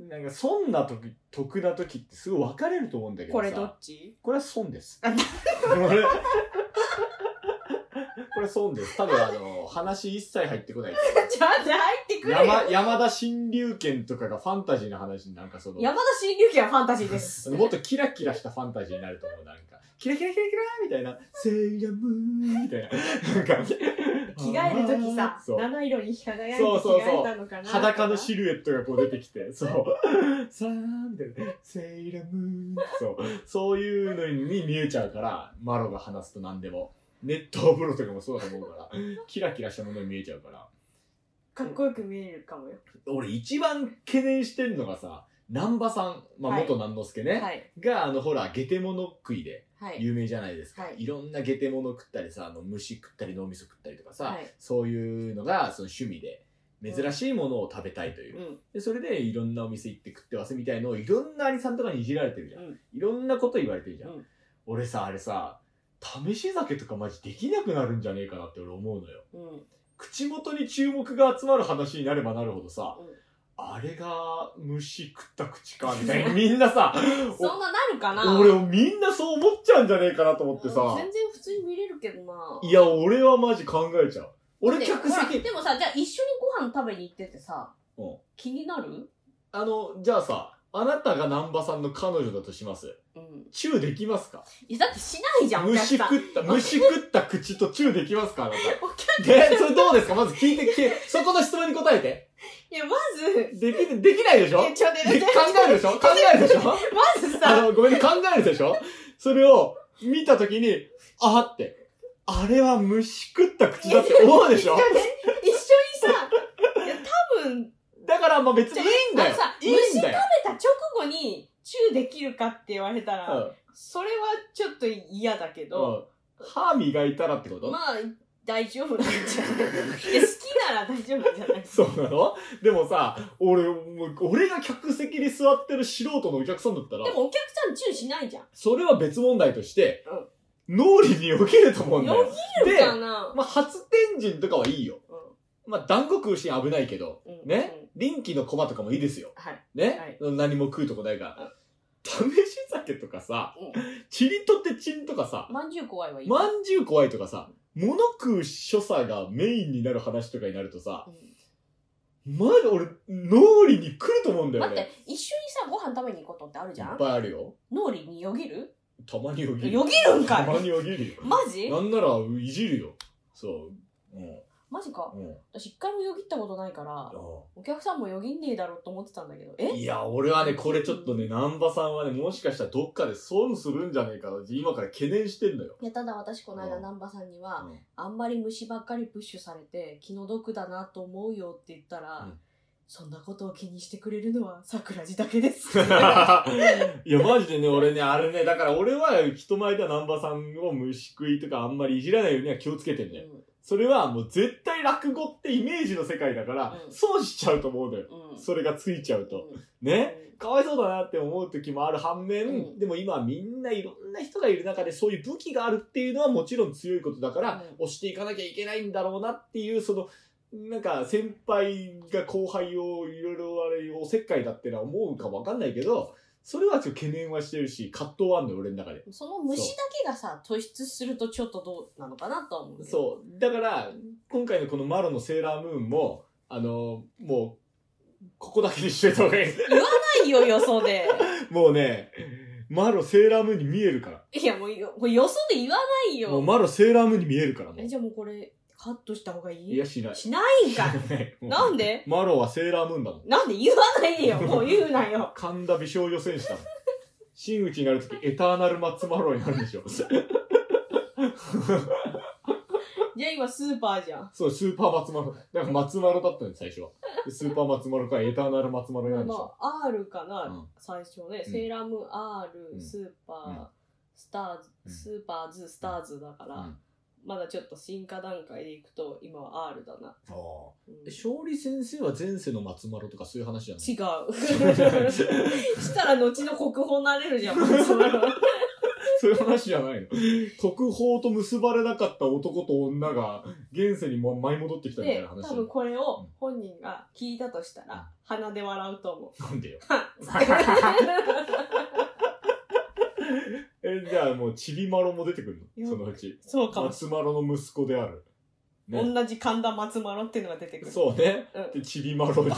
ん、
なんか損な時得な時ってすごい分かれると思うんだけどさ
[LAUGHS] これどっち
これは損です。
あな
これこれ損です。多分あの、話一切入ってこないです。
[LAUGHS] ちょっと入ってくれよ
山山田新龍拳とかがファンタジーの話になんかその、
山田新龍家はファンタジーで
[LAUGHS]
す
もっとキラキラしたファンタジーになると思う。なんか、キラキラキラキラーみたいな、セーラームーンみたいな。なんか、
着替える時
[LAUGHS]
さ
そう
七色に輝いて着
そうそうそう
替えたのかな
裸のシルエットがこう出てき
[LAUGHS]
て、そう。さーんみたいな、セーラームーン。そう。そういうのに見えちゃうから、マロが話すと何でも。熱湯風呂とかもそうだと思うから、キラキラしたものに見えちゃうから。
かっこよく見えるかもよ
俺一番懸念してるのがさ、南波さん、まあ
はい
元南之助ね、
はい
が、あのほら、ゲテモノ食いで
はい
有名じゃないですか。
はい
い、ろんなゲテモノ食ったりさ、あの虫食ったり脳みそ食ったりとかさ、
はい
そういうのがその趣味で、珍しいものを食べたいという。
うん
でそれでいろんなお店行って食ってますみたいのをいろんな兄さんとかにいじられてるじゃん、
うん
いろんなこと言われてるじゃん、
うん
俺さあれさ試し酒とかマジできなくなるんじゃねえかなって俺思うのよ
うん
口元に注目が集まる話になればなるほどさ、
うん
あれが虫食った口かみたい
[LAUGHS]
なみんなさ
そんななるかな
俺みんなそう思っちゃうんじゃねえかなと思って
う
さ
ん全然普通に見れるけどない
や俺はマジ考えちゃう俺
で
客
ほら
席
でもさじゃあ一緒にご飯食べに行っててさ
うん
気になる
あのじゃあさあなたが南波さんの彼女だとします
うん
チューできますか
いやだってしないじゃんお客
虫
さん
食った、虫食った口とチューできますかあなた。
お客
で、それどうですかまず聞いて、聞いてそこの質問に答えて。
いやまず
できる、できないでしょ
いやちょっと待
で
って
考えるでしょ考えるでしょ
まず
あ
さ
の、ごめんね、考えるでしょそれを見たときに、あって、あれは虫食った口だって思うでしょ
一緒に一緒にさいや多分食
だから、まあ別にいいんだよ
あのさ。
いいんだよ。
べた直後にチューできるかって言われたら、
うん
それはちょっと嫌だけ
う
ど、
ん歯磨いたらってこと
まあ大丈夫なんじゃないいや好きなら大丈夫なんじゃない
そうなのでもさ、俺、もう俺が客席に座ってる素人のお客さんだったら
で、もお客さんチューしないじゃん
それは別問題として、脳裏によけると思うんだよ。
よ
で
いるかな、
まあ、初天神とかはいいよ。まあ、断固食うシーン危ないけど、
うん
ね
うん、
臨機の駒とかもいいですよ。
はい
ね、何も食うとこないから。試し酒とかさ、チリとってチンとかさ、
まんじゅう怖いはいい、
まんじゅう怖いとかさ、物食う所作がメインになる話とかになるとさ、
うん
まだ俺、脳裏に来ると思うんだよ
待っ
ね。
て一緒にさご飯食べに行くことってある
い
じゃ
っ
ん
ぱいあるよ。
脳裏によぎる
たまによぎる。
よぎるんか
たま
い
によぎるよ。
マジ
なんなら、いじるよ。そう。うん。
マジか
うん。
私一回もよぎったことないからお客さんもよぎんねえだろうと思ってたんだけどえ
いや、俺はね、これちょっとね、南波さんはね、もしかしたらどっかで損するんじゃねえかなって、今から懸念してんのよ。
いやただ私この間
うん
南波さんには、
うん [LAUGHS]
あんまり虫ばっかりプッシュされて気の毒だなと思うよって言ったら、
うん
そんなことを気にしてくれるのは桜地だけで
[LAUGHS]
す
いや、マジでね、俺ね、あれね、だから俺は人前では南波さんを虫食いとかあんまりいじらないようには気をつけてんね、
う
それはもう絶対落語ってイメージの世界だから、
うん
損しちゃうと思うのよ。
んうん
それがついちゃうと。
うん
ねかわいそうだなって思う時もある反面、
うん
でも今はみんないろんな人がいる中でそういう武器があるっていうのはもちろん強いことだから、
う
押していかなきゃいけないんだろうなっていうそのなんか先輩が後輩をいろいろあれおせっかいだってのは思うかわかんないけどそれはちょっと懸念はしてるし葛藤はあんのよ俺の中で。
その虫だけがさ突出するとちょっとどうなのかなとは思うけど
そう。だから、今回のこのマロのセーラームーンも、あの、もう、ここだけにしといた方がいい。
ないよよそ [LAUGHS] で
もうね、マロセーラームーンに見えるから。
いやもうよこれよそで言わない
もう
よ
マロセーラームーンに見えるからもう
え。じゃあもうこれカットした方がいい
いや、しない。
しないんか [LAUGHS]
[LAUGHS]
いなん
で
で
マロはセーラームーンだもん。
なんで言わないでよもう言うなよ
神田美少女戦士だもん。真打ちになるとき、エターナルマッツマロになるんで
[LAUGHS]
しょ。
じゃあ今スーパーじゃん
そう、スーパーマツマロ。だから松マロだったのよ、最初は。でスーパーマツマロからエターナルマツマロになるんでしょ。
まあ R かな、
うん
最初ね、
うん
セーラームーン R、
うん
スーパー、
うん
スターズ、
うん
スーパーズスターズだから、
うん
まだちょっと進化段階でいくと今は R だな、
ああ
うん
え勝利先生は前世の松丸とかそういう話じゃない
違う [LAUGHS] したら後の国宝なれ
[LAUGHS]
るじゃん松丸は
そういう話じゃないの。国宝と結ばれなかった男と女が、現世にも舞い戻ってきたみたい
で
な話
多分これを本人が聞いたとしたら鼻で笑うと思う [LAUGHS]
なんでよ。
は
え、じゃあもう、ちびまろも出てくる
いや
のそのうち。
そうかもし
松まろの息子である。
れない、
ね。
同じ神田松丸っていうのが出てくる
そうね。
うん
で、ちびま [LAUGHS] ろに。あ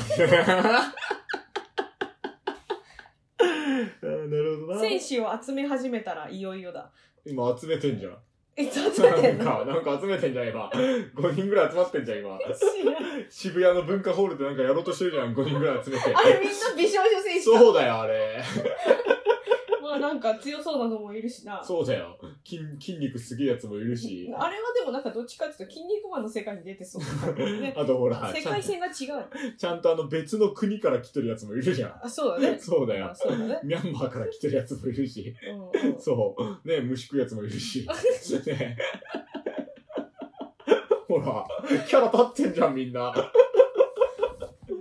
ーなるほどな。
選手を集め始めたらいよいよだ
今集めてんじゃん。
えっ集め
な
て
んん
の
か、なんか集めてんじゃん、今。5人ぐらい集まってんじゃん、今。 [LAUGHS]
知らん
渋谷の文化ホールでなんかやろうとしてるじゃん、5人ぐらい集めて。
あれみんな美少女選手だ
そうだよ、あれ。
まあなんか強そうなのもいるしな
そうだよ。筋、筋肉すげえやつもいるし。
あれはでもなんかどっちかっていうと「筋肉マン」の世界に出てそうな感
[LAUGHS]
じね
あとほら、
世
ちゃん
界
と
線が違う
ちゃんとあの別の国から来てるやつもいるじゃん。
あそうだね
[LAUGHS] そうだよ
あ。そうだね
ミャンマーから来てるやつもいるし。
うんうん
そう。ね、虫食うやつもいるし。ね。ほら、キャラ立ってんじゃん、みんな。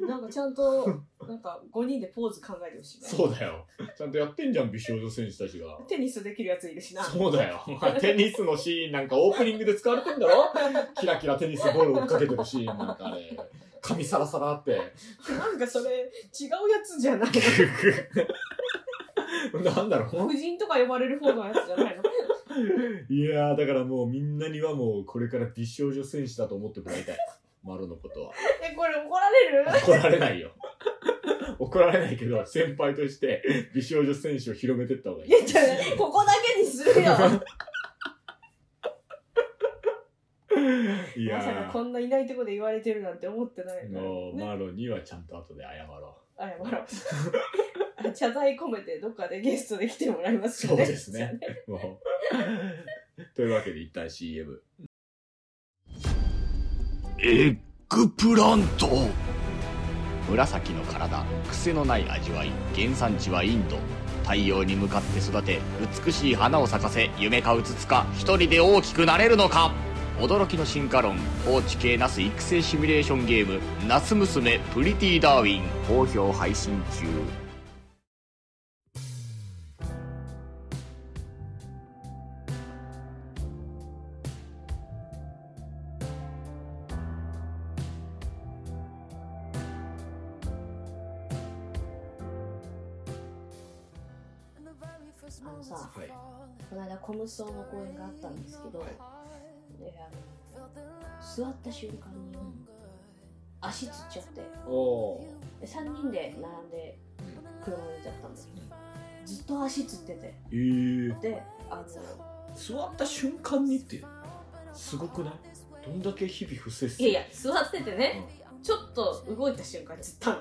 なんかちゃんと、なんか5人でポーズ考えてほしいね。
そうだよ。ちゃんとやってんじゃん、美少女選手たちが。
テニスできるやついるしな。
そうだよ。 [LAUGHS] まあテニスのシーンなんかオープニングで使われてんだろ [LAUGHS] キラキラテニスボールをかけてるシーンなんかあれ。髪サラサラって。 [LAUGHS]
なんかそれ、違うやつじゃない
なんだろう
夫人とか呼ばれる方のやつじゃないの。 [LAUGHS]
いやーだからもうみんなにはもうこれから美少女戦士だと思ってもらいたい。マロのことは。
え、これ怒られる
怒られないよ。怒られないけど、先輩として美少女戦士を広めてった方がい
い
い。
や、じゃあここだけにするよ。
い
まさ
や
かこんないないとこで言われてるなんて思ってない
ー
から
もう
ね。
マロにはちゃんと後で謝ろ
あや [LAUGHS] ばろう。謝罪込めてどっかでゲストで来てもらいます
そ
か
うですね。う。もう。というわけで一旦 CM。
エッグプラント
紫の体癖のない味わい原産地はインド太陽に向かって育て美しい花を咲かせ夢かうつつか一人で大きくなれるのか驚きの進化論高知系ナス育成シミュレーションゲーム「ナス娘プリティダーウィン」好評配信中
あのさ、
はい
この間コムソーの公演があったんですけど、
はい
であの座った瞬間に足つっちゃって
おお
で3人で並んで車乗っちゃったんだけど、ずっと足つってて
えー、
であの
座った瞬間にってすごくないどんだけ日々不摂生
いやいや座っててね、ちょっと動いた瞬間につったの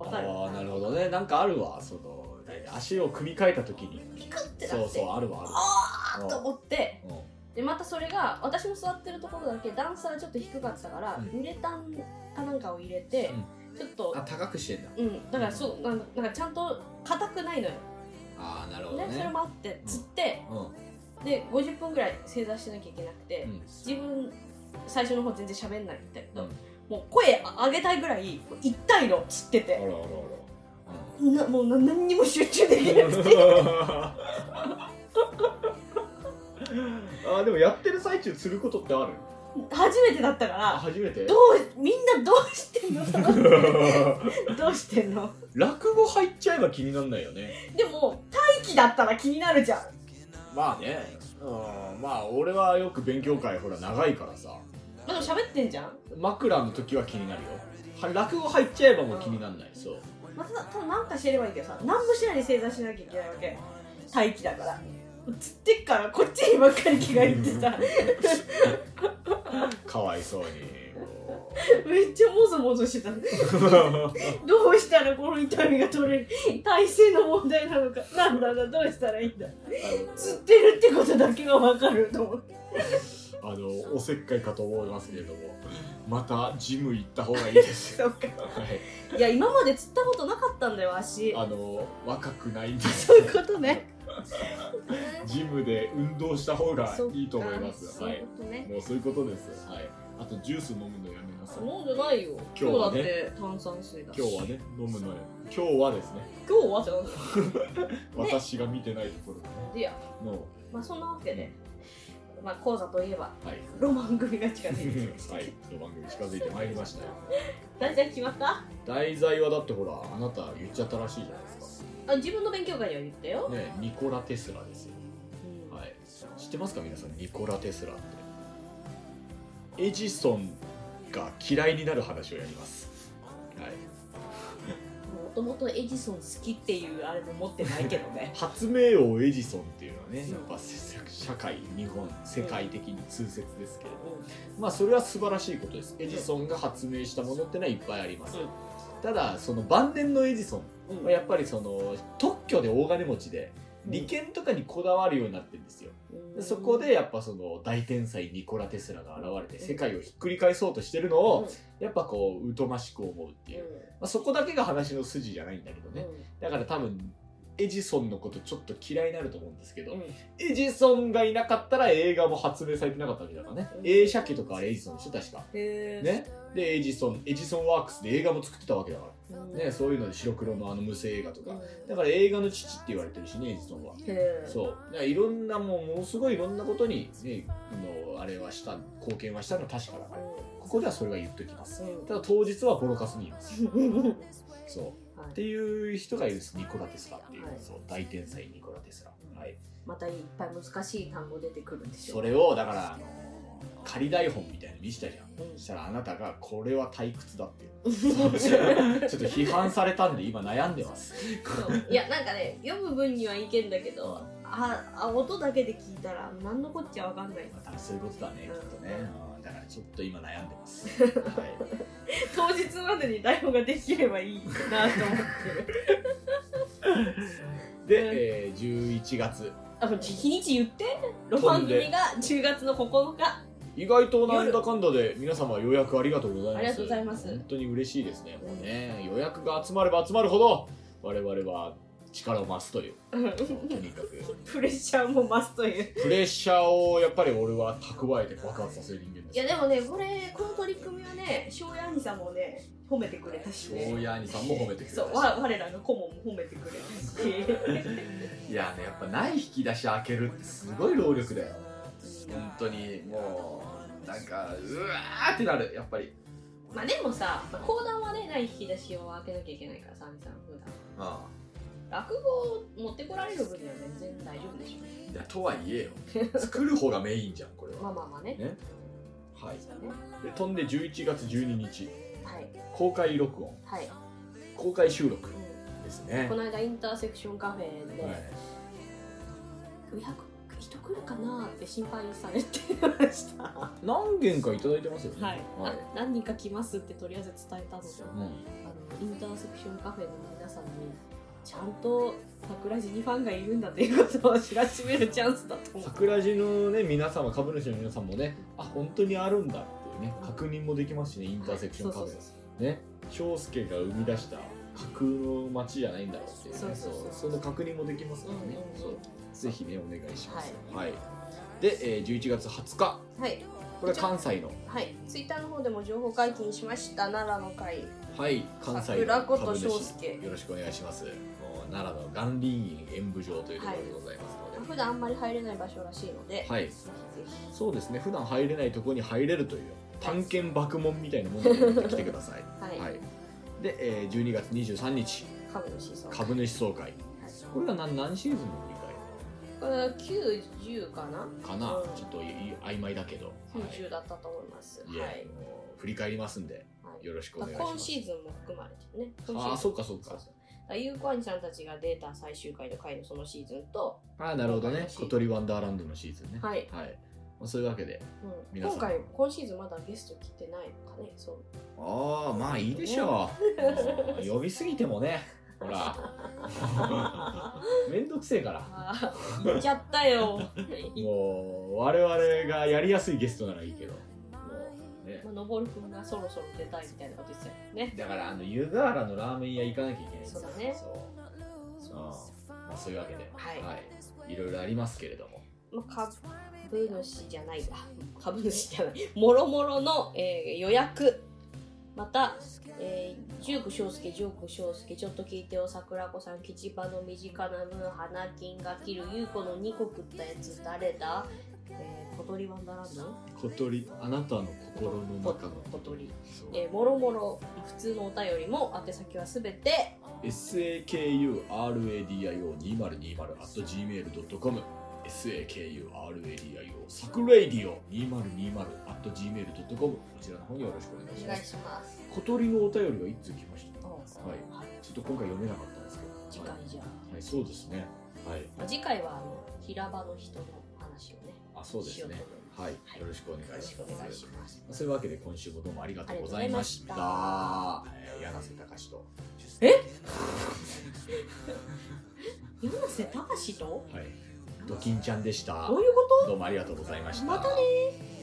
わかる
ああなるほどねなんかあるわその足を組み替えた時に
ピクってな
そう
って
そうあるわあるわ
あーっと思って
うん
でまたそれが私も座ってるところだけ段差がちょっと低かったから、
うん
ウレタンかなんかを入れて、ちょっと
あ高くしてんだ
うんだからそうなんなんかちゃんと硬くないのよ、
ああなるほど
ね、それ
ね
もあってつって、
うん
で50分ぐらい正座してなきゃいけなくて、
うん
自分最初の方全然喋んないんだけど、
うん
もう声上げたいぐらい痛いのつって
あらあ
て
ら
なもうな何にも集中できなくて
あらあーでもやってる最中することってある
初めてだったか
あ
ら
初めて
どうみんなどうしてんの
[LAUGHS]
どうしてんの
落語入っちゃえば気になんないよね
でも待機だったら気になるじゃん
まあね、うん、まあ俺はよく勉強会ほら長いからさ
まあでも喋ってんじゃん、
枕の時は気になるよは落語入っちゃえばもう気にならないそう
まあ、ただただ何かしてればいいけどさ何もしないで正座しなきゃいけないわけ待機だからつってっからこっちにばっかり着替えて
[LAUGHS]
さ
かわいそう [LAUGHS] にこ
めっちゃもぞもぞしてたどうしたらこの痛みが取れる体勢の問題なのかなんだろうどうしたらいいんだ釣ってるってことだけが分かると思って
うあのおせっかいかと思いますけれどもまたジム行った方がいいです
そうか
はい
いや今まで釣ったことなかったんだよ足
あの若くないんで
そういうことね
ジムで運動した方がいいと思いま
そっ
す。
か
は
そう
い
い。
う
ことね。
もうそういうことです。はい。あとジュース飲むのやめなさい。
飲んでないよ。
今
今
日
日だ
は
っ
ね
て炭酸水だし。
今日はね、飲むのよ。今日はですね、
今日はじゃなんだ。
私が見てないところで
いや、
ね、の、
まあそんなわけで、まあ講座といえば [LAUGHS]
はい。
ロマン組が近づいてきまし
はい。この番組近づいてまいりましたよ。
た。大体決まった？
題材はだってほら、あなた言っちゃったらしいじゃないです
あ自分の勉強会には言った
か。
よ。
ね、ニコラ・テスラですよ。
うん
はい、知ってますか皆さんニコラ・テスラってエジソンが嫌いになる話をやります、はい、。
もともとエジソン好きっていうあれも持ってないけどね
発明王エジソンっていうのはねやっぱせ社会日本世界的に通説ですけれどまあそれは素晴らしいことですエジソンが発明したものってのはいっぱいあります、
うん
ただその晩年のエジソン
うんうん
はやっぱりその特許で大金持ちで利権とかにこだわるようになってるんですよでそこでやっぱその大天才ニコラ・テスラが現れて世界をひっくり返そうとしてるのをやっぱこう疎ましく思うっていう、まあ、そこだけが話の筋じゃないんだけどねだから多分エジソンのことちょっと嫌いになると思うんですけど、エジソンがいなかったら映画も発明されてなかったわけだからね、
うん
映写機とかあれエジソンでしょ確か
ね
ねでエジソンエジソンワークスで映画も作ってたわけだからねそういうので白黒のあの無声映画とかだから映画の父って言われてるしねエジソンはそうだからいろんなもうものすごいいろんなことに、ね、あのあれはした貢献はしたのは確かだからここではそれは言っときますただ当日はボロカスに言います
[LAUGHS]
そう、
はい
っていう人がいるんですニコラ・テスラっていう,、
はい
そう大天才ニコラ・テスラ、はい、
またいっぱい難しい単語出てくるんでし
そ
ょ。
れをだからあの仮台本みたいなの見せたじゃん
うん
そしたらあなたがこれは退屈だって
[LAUGHS]
いうちょっと批判されたんで今悩んでます
そういやなんかね読む分にはいけんだけどああ音だけで聞いたら何のこっちゃわかんない
まあそういうことだねきっとね、うんだからちょっと今悩んで
[LAUGHS]
ます、はい
[LAUGHS] 当日までに台本ができればいいなと思ってるうん
で、えー、11月
あもう日にち言ってロマン組が10月の9日
意外となんだかんだで皆様予約ありがとうございます
ありがとうございます
本当に嬉しいですねもうね予約が集まれば集まるほど我々は力を増すというとにかく
プレッシャーも増すという
プレッシャーをやっぱり俺は蓄えて爆発させる人間
いや
です
でもねこれこの取り組みはね庄屋兄さんもね褒めてくれたしね
大家兄さんも褒めてくれたし
そうわ我らが顧問も褒めてくれ
[LAUGHS]
たし
いやねやっぱない引き出し開けるってすごい労力だよ本当にもうなんかうわーってなるやっぱり
まあでもさまあ講談はねない引き出しを開けなきゃいけないからさ兄さん普段
あ
落語を持ってこられる分には全然大丈夫でし
あいやとはいえよ作る方がメインじゃんこれ
ょまあまあまあね
はいで飛んで11月12日
はい
公開録音
はい、
公開収録
う
ですね
ん、この間インターセクションカフェで、
はい
500人来るかなって心配されてましたは
何件かいただいてますよね
い、あ何人か来ますってとりあえず伝えたのであ
うん
のインターセクションカフェの皆さんにちゃんと桜地にファンがいるんだっていうことを知らしめるチャンスだと思う
桜地のね皆様株主の皆さんもねあ本当にあるんだっていうね確認もできますしねインターセクションカフ
そうそう
ェね翔介が生み出した架空の街じゃないんだろうっていうね
そうそうそう
その確認もできますからね、
うんうん
そ
うん
うぜひねお願いしますはい、で、えー、11月20日
[LAUGHS] はい
これは関西の
はいツイッターの方でも情報解禁しました奈良の会
はい、関西
桜
の
子と
株主
翔介
よろしくお願いします。もう奈良の岩林院演舞場というところでございますので、
普段あんまり入れない場所らしいので、
はい、
ぜひぜひ
そうですね。普段入れないところに入れるという探検爆問みたいなものになってきてください。
はい、
はい。で、えー、12月23日
株主さん
株主総会。これが何何シーズンの
これは90かな
2回かな
う。ん
ちょっとい曖昧だけど、はい
90だったと思います、
いえ
はい
もう振り返りますんで
はい
よろしくお
まあ
願いしま
今
す。
シーズンも含まれてるね。今シーズン
ああ、そうかそうか。
だから有効アニさんたちがデータ最終回の回のそのシーズンと、
ああ、なるほどね
今回の。シーズン
小鳥ワンダーランドのシーズンね。
はい
はい。まあそういうわけで。
うん、
皆さん
今回、今シーズンまだゲスト来てないのかね、そう。
ああまあいいでしょう呼びすぎてもねほ
[LAUGHS]
らめんどくせえから
ああ、行っちゃったよ。
[LAUGHS]
い
もう我々がやりやすいゲストならいいけどもうね
まあ、のぼるくんがそろそろ出たいみたいなこと言ってたよね。
だからあの湯河原のラーメン屋行かなきゃいけないんですよ
そうだね
そう
そ
まあ、そういうわけで、
はい
い、いろいろありますけれども
まあ、株主じゃないわ株主じゃないもろもろの、えー予約また、えー、ジューク翔介ジューク翔介ちょっと聞いてよ桜子さん吉場の身近な分花金が切る優子の2個食ったやつ誰だ、えー、小鳥ワンダーランド
小鳥あなたの心の中の
小鳥、
そう
えー、もろもろ普通のお便りも宛先はすべて
sakuradio2020.gmail.com sakuradio サクレイディオ 2020.gmail.com こちらの方によろしくお願いし
お
ま
願い
す
します
小鳥のお便りが一通来ましたちょはい
はい、
っと今回読めなかったんですけど
次回じゃあ、
はい、そうですねはい
まあ、次回はあの平場の人の話をね
あそうですね
しよ
はい
はい
よろしくお願いし
よろ
ます
しくお願いします
そういうわけで今週もどうもありがとうございました
あ
えー柳瀬隆史と
山瀬隆と
はいドキンちゃんでした
どういうこと
どうもありがとうございました
またねー